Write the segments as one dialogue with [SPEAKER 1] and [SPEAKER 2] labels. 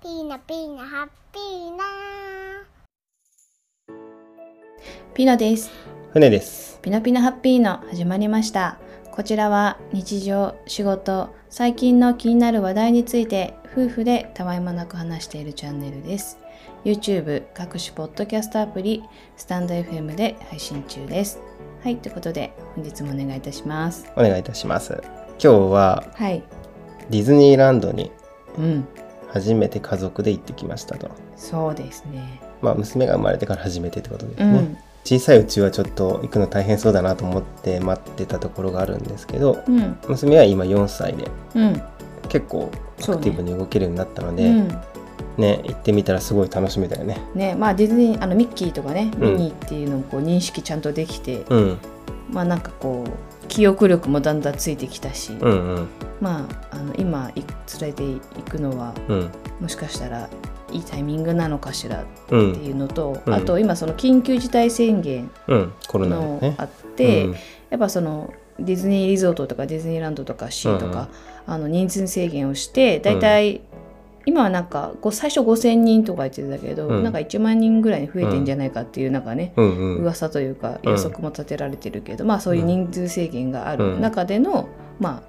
[SPEAKER 1] ーナピーナハッピーナ
[SPEAKER 2] ピノです。
[SPEAKER 3] 船です。
[SPEAKER 2] ピノピノハッピーの始まりました。こちらは日常、仕事、最近の気になる話題について夫婦でたわいもなく話しているチャンネルです。YouTube、各種ポッドキャストアプリ、スタンド FM で配信中です。はい、ということで本日もお願いいたします。
[SPEAKER 3] お願いいたします。今日は
[SPEAKER 2] はい。
[SPEAKER 3] ディズニーランドに
[SPEAKER 2] うん、
[SPEAKER 3] 初めて家族で行ってきましたと。
[SPEAKER 2] そうですね。
[SPEAKER 3] まあ娘が生まれてから初めてってことです
[SPEAKER 2] う
[SPEAKER 3] ね。
[SPEAKER 2] ん、
[SPEAKER 3] 小さいうちはちょっと行くの大変そうだなと思って待ってたところがあるんですけど、
[SPEAKER 2] うん、
[SPEAKER 3] 娘は今4歳で
[SPEAKER 2] うん、
[SPEAKER 3] 結構アクティブに動けるようになったの
[SPEAKER 2] う
[SPEAKER 3] で、ね
[SPEAKER 2] ん。
[SPEAKER 3] 行ってみたらすごい楽しめたよね。
[SPEAKER 2] ね、まあディズニー、あのミッキーとかね、
[SPEAKER 3] うん
[SPEAKER 2] ミニーっていうのをこう認識ちゃんとできて、
[SPEAKER 3] うん、
[SPEAKER 2] まあなんかこう記憶力もだんだんついてきたし、
[SPEAKER 3] うん、うん、
[SPEAKER 2] まああの今い連れていくのは
[SPEAKER 3] うん、
[SPEAKER 2] もしかしたらいいタイミングなのかしらっ
[SPEAKER 3] う
[SPEAKER 2] て
[SPEAKER 3] ん、
[SPEAKER 2] いうのと、
[SPEAKER 3] うん
[SPEAKER 2] あと今その緊急事態宣言
[SPEAKER 3] うん、コロナの
[SPEAKER 2] の
[SPEAKER 3] ね
[SPEAKER 2] あ。って、
[SPEAKER 3] うん
[SPEAKER 2] やっぱそのディズニーリゾートとかディズニーランドとかシーとか、あの人数制限をしてだいたい今はなんかこう最初5,000人とか言ってたけど、
[SPEAKER 3] うん
[SPEAKER 2] なんか1万人ぐらいに増えてんじゃないかっていうなんかね、
[SPEAKER 3] うん、うん、
[SPEAKER 2] 噂というか
[SPEAKER 3] うん
[SPEAKER 2] 予測も立てられてるけど、まあそういう人数制限がある中での、ま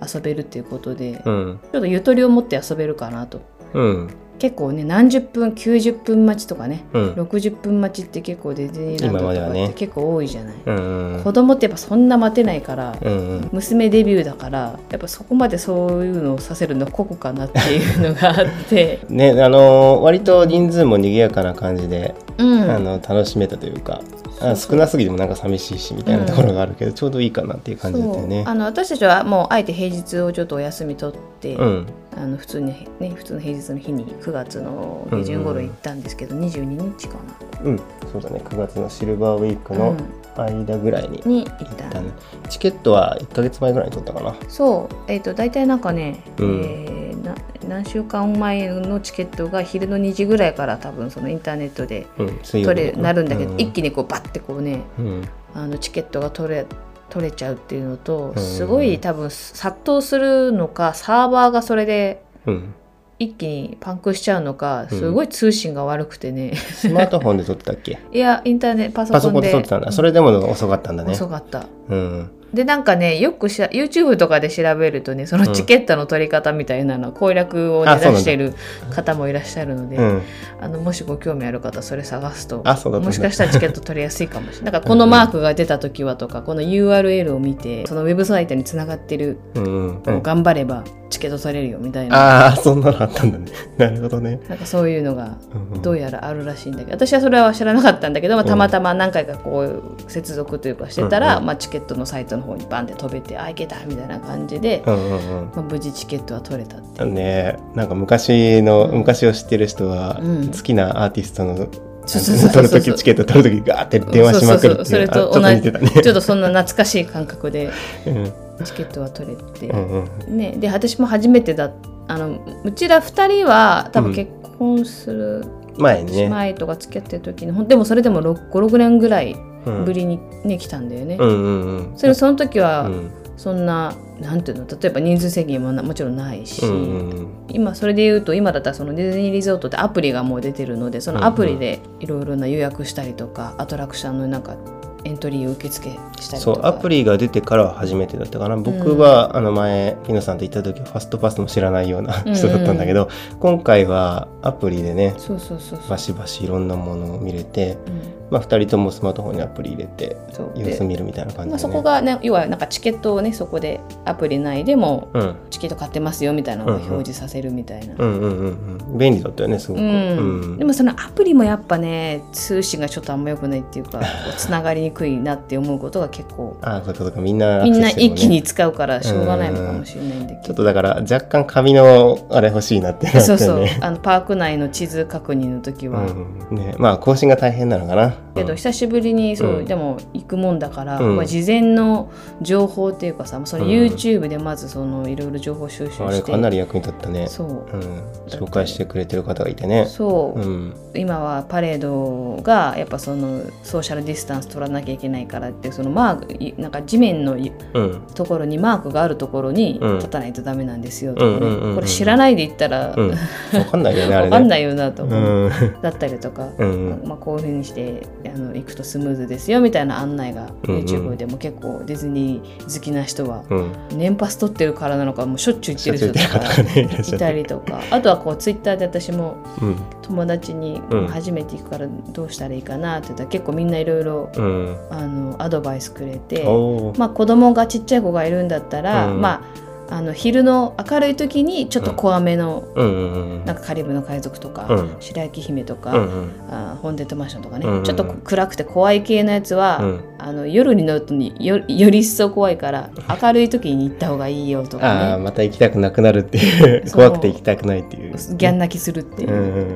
[SPEAKER 2] あ遊べるっていうことで、ち
[SPEAKER 3] う
[SPEAKER 2] ょ
[SPEAKER 3] ん、
[SPEAKER 2] っとゆとりを持って遊べるかなと
[SPEAKER 3] うん、
[SPEAKER 2] 結構ね何十分90分待ちとかね
[SPEAKER 3] うん、
[SPEAKER 2] 60分待ちって結構ディズニーランドと
[SPEAKER 3] 今まで
[SPEAKER 2] か
[SPEAKER 3] は
[SPEAKER 2] っ
[SPEAKER 3] ね
[SPEAKER 2] て結構多いじゃない、
[SPEAKER 3] うん、うん
[SPEAKER 2] 子供ってやっぱそんな待てないから、
[SPEAKER 3] うん、うん。
[SPEAKER 2] 娘デビューだからやっぱそこまでそういうのをさせるの酷かなっていうのがあって、
[SPEAKER 3] ねあのー割と人数も賑やかな感じで、
[SPEAKER 2] うん、
[SPEAKER 3] あの楽しめたというか
[SPEAKER 2] そう
[SPEAKER 3] あ少なすぎてもなんか寂しいしみたいなところがあるけど、ちょうどいいかなっていう感じだったよね
[SPEAKER 2] そう。あの私たちはもうあえて平日をちょっとお休み取って、
[SPEAKER 3] うん
[SPEAKER 2] あの普通にね普通の平日の日に9月の下旬頃行ったんですけど、22日かな、
[SPEAKER 3] うん、そうだね9月のシルバーウィーク
[SPEAKER 2] う
[SPEAKER 3] の間ぐらいに
[SPEAKER 2] んに行
[SPEAKER 3] 行
[SPEAKER 2] っ
[SPEAKER 3] ったたね、チケットは1ヶ月前ぐらいに取ったかな
[SPEAKER 2] そうえっ、と大体なんかね、
[SPEAKER 3] うん
[SPEAKER 2] えーな何週間前のチケットが昼の2時ぐらいから多分そのインターネットで
[SPEAKER 3] うん水
[SPEAKER 2] 取
[SPEAKER 3] 日
[SPEAKER 2] れなるんだけど、
[SPEAKER 3] う
[SPEAKER 2] 一気にこうバッてこうね
[SPEAKER 3] うん
[SPEAKER 2] あのチケットが取れ取れちゃうっていうのと、
[SPEAKER 3] うん
[SPEAKER 2] すごい多分殺到するのかサーバーがそれで
[SPEAKER 3] うん、
[SPEAKER 2] 一気にパンクしちゃうのか
[SPEAKER 3] うん
[SPEAKER 2] すごい通信が悪くてね、
[SPEAKER 3] スマートフォンで撮ったっ け
[SPEAKER 2] いやインターネット
[SPEAKER 3] パ
[SPEAKER 2] パソ
[SPEAKER 3] ソ
[SPEAKER 2] コ
[SPEAKER 3] コ
[SPEAKER 2] ン
[SPEAKER 3] ンで
[SPEAKER 2] で
[SPEAKER 3] 撮ってたんだ、それでも遅かったんだね
[SPEAKER 2] 遅かった
[SPEAKER 3] うん
[SPEAKER 2] でなんかねよくしら YouTube とかで調べるとねそのチケットの取り方みたいなの、攻略を、ね、
[SPEAKER 3] あ
[SPEAKER 2] 出
[SPEAKER 3] そうなんだ
[SPEAKER 2] している方もいらっしゃるので、
[SPEAKER 3] うん
[SPEAKER 2] あのもしご興味ある方それ探すと
[SPEAKER 3] あそうだったんだ
[SPEAKER 2] もしかしたらチケット取りやすいかもしれ ないなんかこのマークが出た時はとかこの URL を見てそのウェブサイトにつながってる
[SPEAKER 3] うんうんう
[SPEAKER 2] のを
[SPEAKER 3] ん
[SPEAKER 2] 頑張ればチケット取れるよみたいな、
[SPEAKER 3] ああそんなのあったんだね なるほどね、
[SPEAKER 2] なんかそういうのが
[SPEAKER 3] うんうん
[SPEAKER 2] どうやらあるらしいんだけど私はそれは知らなかったんだけど、まあ、たまたま何回かこう接続というかしてたら、
[SPEAKER 3] うんうん
[SPEAKER 2] まあ、チケットのサイトの方にバンって飛べてあいけたみたいな感じで、
[SPEAKER 3] うんうんうん
[SPEAKER 2] まあ、無事チケットは取れたっていう
[SPEAKER 3] ねなんか昔の、
[SPEAKER 2] うん
[SPEAKER 3] 昔を知ってる人は、
[SPEAKER 2] うん
[SPEAKER 3] 好きなアーティストの
[SPEAKER 2] そうそうそうそう
[SPEAKER 3] 撮る時チケット取る時ガーって電話しまくるってい
[SPEAKER 2] そうそうそう
[SPEAKER 3] う
[SPEAKER 2] それと
[SPEAKER 3] あちょっと似てたね
[SPEAKER 2] ちょっとそんな懐かしい感覚で
[SPEAKER 3] うん
[SPEAKER 2] チケットは取れて、
[SPEAKER 3] うんうん
[SPEAKER 2] ね、で私も初めてだあのうちら2人は多分結婚する
[SPEAKER 3] 前に
[SPEAKER 2] 姉
[SPEAKER 3] ね
[SPEAKER 2] 妹とか付き合ってる時に、ほんでもそれでも56年ぐらい
[SPEAKER 3] うん
[SPEAKER 2] ぶりに、ね来たんだよね。
[SPEAKER 3] うんうんうん
[SPEAKER 2] それその時は、
[SPEAKER 3] うん
[SPEAKER 2] そんななんていうの例えば人数制限もなもちろんないし、
[SPEAKER 3] うんうん
[SPEAKER 2] 今それで言うと今だったらそのディズニーリゾートってアプリがもう出てるのでそのアプリでいろいろな予約したりとかアトラクションのなんかエントリー受付したり
[SPEAKER 3] そ
[SPEAKER 2] とか
[SPEAKER 3] うアプリが出てからは初めてだったかな僕は、あの前ピノさんと行った時はファストパスも知らないような
[SPEAKER 2] うんうん
[SPEAKER 3] 人だったんだけど、今回はアプリでね
[SPEAKER 2] そうそうそうそう
[SPEAKER 3] バシバシいろんなものを見れて、
[SPEAKER 2] うん
[SPEAKER 3] まあ、2人ともスマートフォンにアプリ入れて
[SPEAKER 2] そう
[SPEAKER 3] 様
[SPEAKER 2] で
[SPEAKER 3] 子見るみたいな感じで、ね
[SPEAKER 2] まあ、そこが、ね、要はなんかチケットをねそこでアプリ内でも
[SPEAKER 3] うん、
[SPEAKER 2] チケット買ってますよみたいなのを表示させるみたいな、
[SPEAKER 3] うんうんうんうん便利だったよねすごく、
[SPEAKER 2] うん、で
[SPEAKER 3] も
[SPEAKER 2] もそのアプリもやっぱね通信がちょっとあんま良くないっていうかつながりにくいなって思うことが結構
[SPEAKER 3] ああそうかそうかみんなア
[SPEAKER 2] み
[SPEAKER 3] ク
[SPEAKER 2] ん
[SPEAKER 3] セ
[SPEAKER 2] な
[SPEAKER 3] スしてる
[SPEAKER 2] 一
[SPEAKER 3] もんね
[SPEAKER 2] 気に使うからしょうがないのかもしれないんだ
[SPEAKER 3] ちょ
[SPEAKER 2] け
[SPEAKER 3] っ
[SPEAKER 2] ど
[SPEAKER 3] とだから若干紙のあれ欲しいなってなった
[SPEAKER 2] そ
[SPEAKER 3] よ
[SPEAKER 2] うそう
[SPEAKER 3] ね
[SPEAKER 2] あのパーク内の地図確認の時は、
[SPEAKER 3] うん、ねまあ更新が大変なのかな
[SPEAKER 2] けど久しぶりにそう、
[SPEAKER 3] うん
[SPEAKER 2] でも行くもんだから、
[SPEAKER 3] うん
[SPEAKER 2] まあ、事前の情報っていうかさその
[SPEAKER 3] うん
[SPEAKER 2] YouTube でまずそのいろいろ情報収集
[SPEAKER 3] うんあれ
[SPEAKER 2] して、
[SPEAKER 3] かなり役に立ったね
[SPEAKER 2] そう
[SPEAKER 3] う、ん、紹介してくれてる方がいてね
[SPEAKER 2] そうう、
[SPEAKER 3] ん
[SPEAKER 2] 今はパレードがやっぱそのソーシャルディスタンス取らななきゃいけないからってそのマークいなんか地面のい
[SPEAKER 3] うん
[SPEAKER 2] ところにマークがあるところに
[SPEAKER 3] うん
[SPEAKER 2] 立たないとダメなんですよとかね、
[SPEAKER 3] うんうんうんうん
[SPEAKER 2] これ知らないで行ったら、
[SPEAKER 3] うん分かんないよねあ
[SPEAKER 2] わ
[SPEAKER 3] れね
[SPEAKER 2] かんないよなと
[SPEAKER 3] う
[SPEAKER 2] 思う、
[SPEAKER 3] ん
[SPEAKER 2] だったりとか、
[SPEAKER 3] うん
[SPEAKER 2] まあ、こういうふうにしてあの行くとスムーズですよみたいな案内が
[SPEAKER 3] うんうん
[SPEAKER 2] YouTube でも結構ディズニー好きな人は
[SPEAKER 3] うん
[SPEAKER 2] 年パス取ってるからなのかもうしょっちゅう行ってる人と
[SPEAKER 3] しょっちゅう行って
[SPEAKER 2] か
[SPEAKER 3] る方がねいらっしゃる
[SPEAKER 2] いたりとかあとはこう Twitter で私も
[SPEAKER 3] うん
[SPEAKER 2] 友達に
[SPEAKER 3] うん
[SPEAKER 2] 初めて行くからどうしたらいいかなって言ったら結構みんないろいろ
[SPEAKER 3] うん
[SPEAKER 2] あのアドバイスくれて、
[SPEAKER 3] おー
[SPEAKER 2] まあ、子供がちっちゃい子がいるんだったら、
[SPEAKER 3] うん
[SPEAKER 2] まあ、あの昼の明るい時にちょっと怖めの、
[SPEAKER 3] うんうんうん
[SPEAKER 2] なんかカリブの海賊とか、
[SPEAKER 3] うん
[SPEAKER 2] 白雪姫とか、
[SPEAKER 3] うんうん
[SPEAKER 2] あーホーンデッドマンションとかね、
[SPEAKER 3] うんうん
[SPEAKER 2] ちょっと暗くて怖い系のやつは、
[SPEAKER 3] うん
[SPEAKER 2] あの夜になるとによ より一層怖いから明るい時に行った方がいいよと
[SPEAKER 3] ああ
[SPEAKER 2] かね
[SPEAKER 3] また行きたくなくなるっていう
[SPEAKER 2] そう
[SPEAKER 3] 怖くて行きたくないっていう
[SPEAKER 2] ギャン泣きするっていう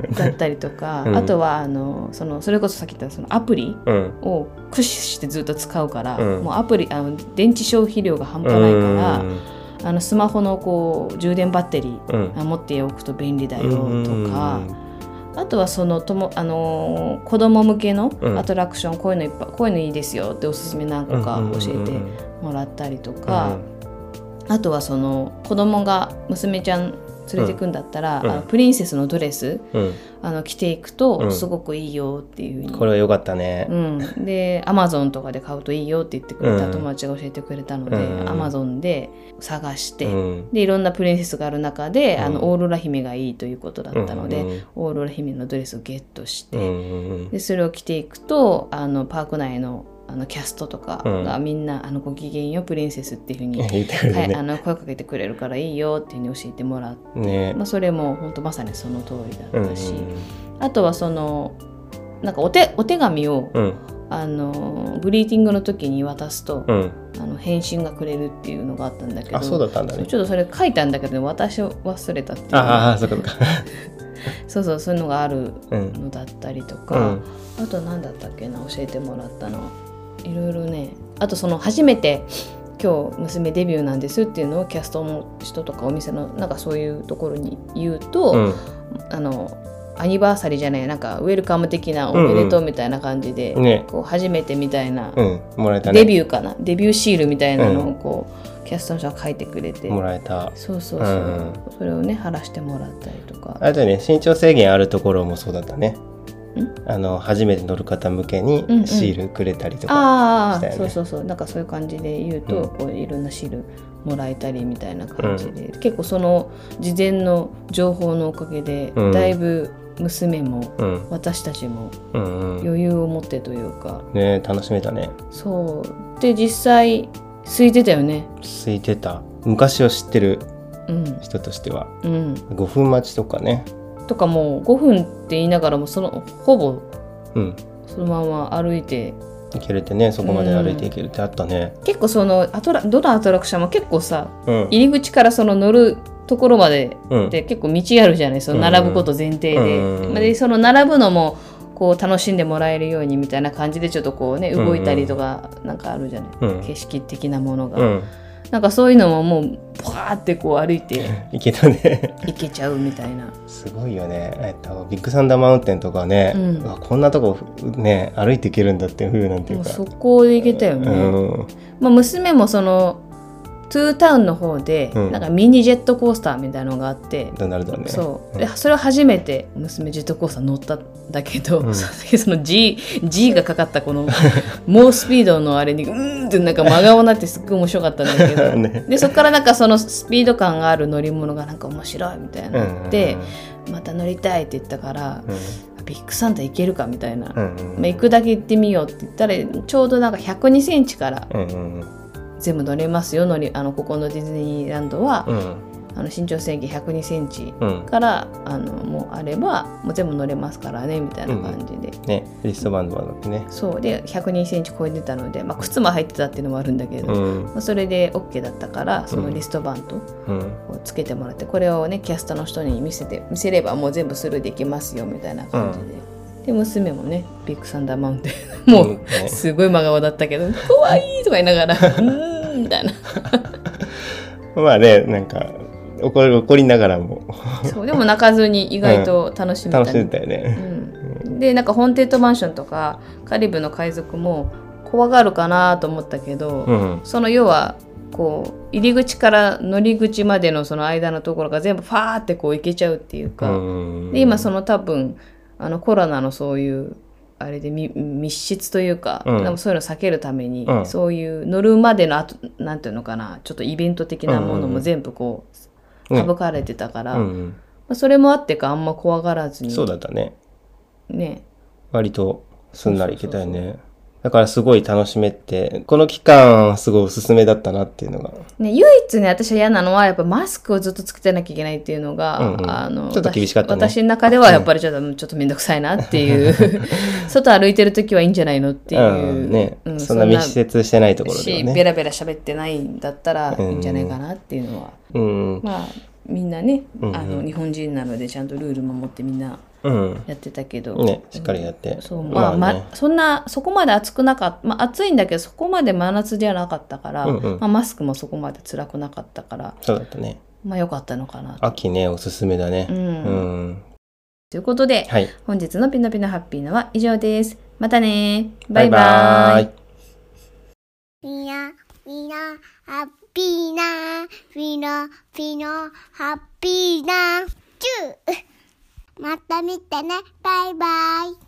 [SPEAKER 2] う、
[SPEAKER 3] ん
[SPEAKER 2] だったりとか、
[SPEAKER 3] うん
[SPEAKER 2] あとはあのそのそれこそさっき言ったそのアプリ
[SPEAKER 3] うん
[SPEAKER 2] を駆使してずっと使うから、
[SPEAKER 3] うん
[SPEAKER 2] もうアプリあの電池消費量が半
[SPEAKER 3] う
[SPEAKER 2] 端ないか
[SPEAKER 3] ん
[SPEAKER 2] ら、あのスマホのこう充電バッテリー
[SPEAKER 3] うん
[SPEAKER 2] あ持っておくと便利だよと
[SPEAKER 3] うん
[SPEAKER 2] か、あとはそのとも、あのー子供向けの
[SPEAKER 3] うん
[SPEAKER 2] アトラクション、こういうのいっぱいこういうのいいですよっておすすめ何個か教えてもらったりとか、あとはその子供が娘ちゃん連れてくんだったら、
[SPEAKER 3] うん
[SPEAKER 2] あのプリンセスのドレス
[SPEAKER 3] うんうん
[SPEAKER 2] あの着ていく
[SPEAKER 3] う
[SPEAKER 2] と
[SPEAKER 3] ん
[SPEAKER 2] すごくいいよっていうふうに、
[SPEAKER 3] これは良かったね
[SPEAKER 2] うん、でアマゾンとかで買うといいよって言ってくれ
[SPEAKER 3] う
[SPEAKER 2] た
[SPEAKER 3] ん
[SPEAKER 2] 友達が教えてくれたので
[SPEAKER 3] うん
[SPEAKER 2] アマゾンで探して、
[SPEAKER 3] うん
[SPEAKER 2] でいろんなプリンセスがある中で、あ
[SPEAKER 3] うん
[SPEAKER 2] のオーロラ姫がいいということだったので、
[SPEAKER 3] うん
[SPEAKER 2] オーロラ姫のドレスをゲットして、
[SPEAKER 3] うんうん
[SPEAKER 2] でそれを着ていくとあのパーク内のあのキャストとかが
[SPEAKER 3] う
[SPEAKER 2] みんな「あのご機嫌よプリンセス」っていうふうに、
[SPEAKER 3] 言ってくれ
[SPEAKER 2] は
[SPEAKER 3] て
[SPEAKER 2] い、あ
[SPEAKER 3] ね
[SPEAKER 2] の声かけてくれるからいいよっていうふうに教えてもらって、
[SPEAKER 3] ね
[SPEAKER 2] まあ、それも本当まさにその通りだ
[SPEAKER 3] うん
[SPEAKER 2] ったし、あとはそのなんかお手お手紙を、
[SPEAKER 3] うん
[SPEAKER 2] あのグリーティングの時に渡すと、
[SPEAKER 3] うん
[SPEAKER 2] あの返信がくれるっていうのがあったんだけど
[SPEAKER 3] あそうだったんだ
[SPEAKER 2] そう
[SPEAKER 3] ね
[SPEAKER 2] ちょっとそれ書いたんだけど私を忘れたっていう
[SPEAKER 3] ああそっかそっか
[SPEAKER 2] そうそうそういうのがある
[SPEAKER 3] うん
[SPEAKER 2] のだったりと
[SPEAKER 3] う
[SPEAKER 2] か、
[SPEAKER 3] ん
[SPEAKER 2] あと何だったっけな教えてもらったのいろいろねあとその初めて今日娘デビューなんですっていうのをキャストの人とかお店のなんかそういうところに言うと、
[SPEAKER 3] うん
[SPEAKER 2] あのアニバーサリーじゃないなんかウェルカム的なおめでとうみたいな感じで、
[SPEAKER 3] ね
[SPEAKER 2] こう初めてみたいな、
[SPEAKER 3] うんもらえたね
[SPEAKER 2] デビューかなデビューシールみたいなのをこう、キャストの人が書いてくれて
[SPEAKER 3] もらえた
[SPEAKER 2] そうそうそう、
[SPEAKER 3] うん
[SPEAKER 2] それをね貼らしてもらったりとか
[SPEAKER 3] あれだよね身長制限あるところもそうだったね
[SPEAKER 2] ん
[SPEAKER 3] あの初めて乗る方向けに
[SPEAKER 2] うんうん
[SPEAKER 3] シールくれたりとか
[SPEAKER 2] あ
[SPEAKER 3] し
[SPEAKER 2] あ、
[SPEAKER 3] たよね
[SPEAKER 2] そうそうそうなんかそういう感じで言うと、
[SPEAKER 3] うん
[SPEAKER 2] こういろんなシールもらえたりみたいな感じで、結構その事前の情報のおかげで、
[SPEAKER 3] うん
[SPEAKER 2] だいぶ娘も
[SPEAKER 3] うん
[SPEAKER 2] 私たちも
[SPEAKER 3] うんうん
[SPEAKER 2] 余裕を持ってというか、
[SPEAKER 3] ね楽しめたね
[SPEAKER 2] そうで実際空いてたよね
[SPEAKER 3] 空いてた昔を知ってる
[SPEAKER 2] うん
[SPEAKER 3] 人としては
[SPEAKER 2] うん
[SPEAKER 3] 5分待ちとかね
[SPEAKER 2] とかもう5分って言いながらもそのほぼ
[SPEAKER 3] うん
[SPEAKER 2] そのまま歩いて
[SPEAKER 3] 行けるってねそこまで歩いて行けるってあったね
[SPEAKER 2] 結構そのアトラどのアトラクションも結構さ
[SPEAKER 3] うん
[SPEAKER 2] 入り口からその乗るところまで
[SPEAKER 3] うん
[SPEAKER 2] で結構道あるじゃないその並ぶこと前提で,、
[SPEAKER 3] うん
[SPEAKER 2] でその並ぶのもこう楽しんでもらえるようにみたいな感じでちょっとこうね動いたりとかなんかあるじゃない、
[SPEAKER 3] うん
[SPEAKER 2] 景色的なものが、
[SPEAKER 3] うん
[SPEAKER 2] なんかそういうのももうパーってこう歩いて
[SPEAKER 3] 行けたね
[SPEAKER 2] 行けちゃうみたいな
[SPEAKER 3] すごいよね、えっと、ビッグサンダーマウンテンとかね、
[SPEAKER 2] うん
[SPEAKER 3] うわこんなとこね歩いていけるんだっていう風なんてい
[SPEAKER 2] も
[SPEAKER 3] う
[SPEAKER 2] う
[SPEAKER 3] か
[SPEAKER 2] そこで行けたよね、
[SPEAKER 3] うん
[SPEAKER 2] まあ、娘もそのトゥータウンの方で、
[SPEAKER 3] うん
[SPEAKER 2] なんかミニジェットコースターみたいなのがあって、
[SPEAKER 3] ドナルドはね
[SPEAKER 2] そう、
[SPEAKER 3] ん
[SPEAKER 2] でそれを初めて娘ジェットコースター乗ったんだけど、
[SPEAKER 3] う ん
[SPEAKER 2] その時その G, G がかかったこの猛スピードのあれにうーんってなんか真顔になってすっごい面白かったんだけど
[SPEAKER 3] ね
[SPEAKER 2] でそこからなんかそのスピード感がある乗り物がなんか面白いみたいに
[SPEAKER 3] う
[SPEAKER 2] なっ
[SPEAKER 3] ん
[SPEAKER 2] て、また乗りたいって言ったから、ビッグサンタ行けるかみたいな、
[SPEAKER 3] う
[SPEAKER 2] ま
[SPEAKER 3] んうん
[SPEAKER 2] あ、行くだけ行ってみようって言ったらちょうどなんか102センチから
[SPEAKER 3] うんうん
[SPEAKER 2] 全部乗れますよ乗りあのここのディズニーランドは、
[SPEAKER 3] うん
[SPEAKER 2] あの身長制限102センチ
[SPEAKER 3] うん
[SPEAKER 2] からあのもうあればもう全部乗れますからねみたいな感じで、
[SPEAKER 3] ねリストバンドもあってね
[SPEAKER 2] そうで102センチ超えてたので、まあ、靴も入ってたっていうのもあるんだけど、
[SPEAKER 3] う
[SPEAKER 2] ま
[SPEAKER 3] ん
[SPEAKER 2] あ、それで OK だったからそのリストバンド
[SPEAKER 3] うん
[SPEAKER 2] をつけてもらって、これをねキャストの人に見せて見せればもう全部スルーできますよみたいな感じで、で娘もねビッグサンダーマウンテンもう、
[SPEAKER 3] ね
[SPEAKER 2] すごい真顔だった けど「怖い!」とか言いながら「うーん」みたいな
[SPEAKER 3] まあねなんか怒り怒りながらも
[SPEAKER 2] そうでも泣かずに意外と楽しめた
[SPEAKER 3] 楽
[SPEAKER 2] みた
[SPEAKER 3] し
[SPEAKER 2] い
[SPEAKER 3] んでたよね
[SPEAKER 2] うんでなんかホーンテッドマンションとかカリブの海賊も怖がるかなと思ったけど、
[SPEAKER 3] うん
[SPEAKER 2] その要はこう入り口から乗り口までのその間のところが全部ファーってこう行けちゃうっていう
[SPEAKER 3] う
[SPEAKER 2] か、
[SPEAKER 3] ん
[SPEAKER 2] で今そ
[SPEAKER 3] の
[SPEAKER 2] の多分あのコロナのそういうあれでみ密室というか、
[SPEAKER 3] うん
[SPEAKER 2] でもそういうの避けるために、
[SPEAKER 3] うん
[SPEAKER 2] そういう乗るまでのあとなんていうのかなちょっとイベント的なもの
[SPEAKER 3] うんうんう
[SPEAKER 2] も
[SPEAKER 3] ん
[SPEAKER 2] 全部こう、
[SPEAKER 3] ね
[SPEAKER 2] 省かれてたから、
[SPEAKER 3] う
[SPEAKER 2] ま
[SPEAKER 3] ん
[SPEAKER 2] あ、それもあってかあんま怖がらず
[SPEAKER 3] うん
[SPEAKER 2] に
[SPEAKER 3] そうだったね
[SPEAKER 2] ね
[SPEAKER 3] 割とすんなりいけたよねだからすごい楽しめてこの期間すごいおすすめだったなっていうのが
[SPEAKER 2] ね、唯一ね私は嫌なのはやっぱマスクをずっとつけてなきゃいけないっていうのが、
[SPEAKER 3] うんうん
[SPEAKER 2] あの
[SPEAKER 3] ちょっと厳しかったね
[SPEAKER 2] 私私の中ではやっぱりちょっと,、ちょっとめんどくさいなって いう外歩いてる時はいいんじゃないのっていう、
[SPEAKER 3] うんね
[SPEAKER 2] う
[SPEAKER 3] そんな密接してないところで
[SPEAKER 2] し、
[SPEAKER 3] は
[SPEAKER 2] ベ
[SPEAKER 3] ね
[SPEAKER 2] ラベラ喋ってないんだったらいいんじゃないかなっていうのは、
[SPEAKER 3] うん
[SPEAKER 2] まあみんなね、
[SPEAKER 3] うん
[SPEAKER 2] あの日本人なのでちゃんとルール守ってみんな
[SPEAKER 3] うん
[SPEAKER 2] やってたけど、
[SPEAKER 3] ねしっかりやって
[SPEAKER 2] そうまあ、ま
[SPEAKER 3] ね
[SPEAKER 2] そんなそこまで暑くなかった、まあ、暑いんだけどそこまで真夏ではなかったから、
[SPEAKER 3] うんうん
[SPEAKER 2] まあ、マスクもそこまで辛くなかったから
[SPEAKER 3] そうだったね
[SPEAKER 2] まあ良かったのかなと。
[SPEAKER 3] 秋ねおすすめだね
[SPEAKER 2] うん
[SPEAKER 3] うん
[SPEAKER 2] ということで、
[SPEAKER 3] はい
[SPEAKER 2] 本日のピノピノハッピーのは以上です。またねバイバイ
[SPEAKER 3] バイバーイ
[SPEAKER 1] みんな、みんな、ハッピーな、みんな、みんな、ハ ッピーな、チューまた見てね、バイバイ。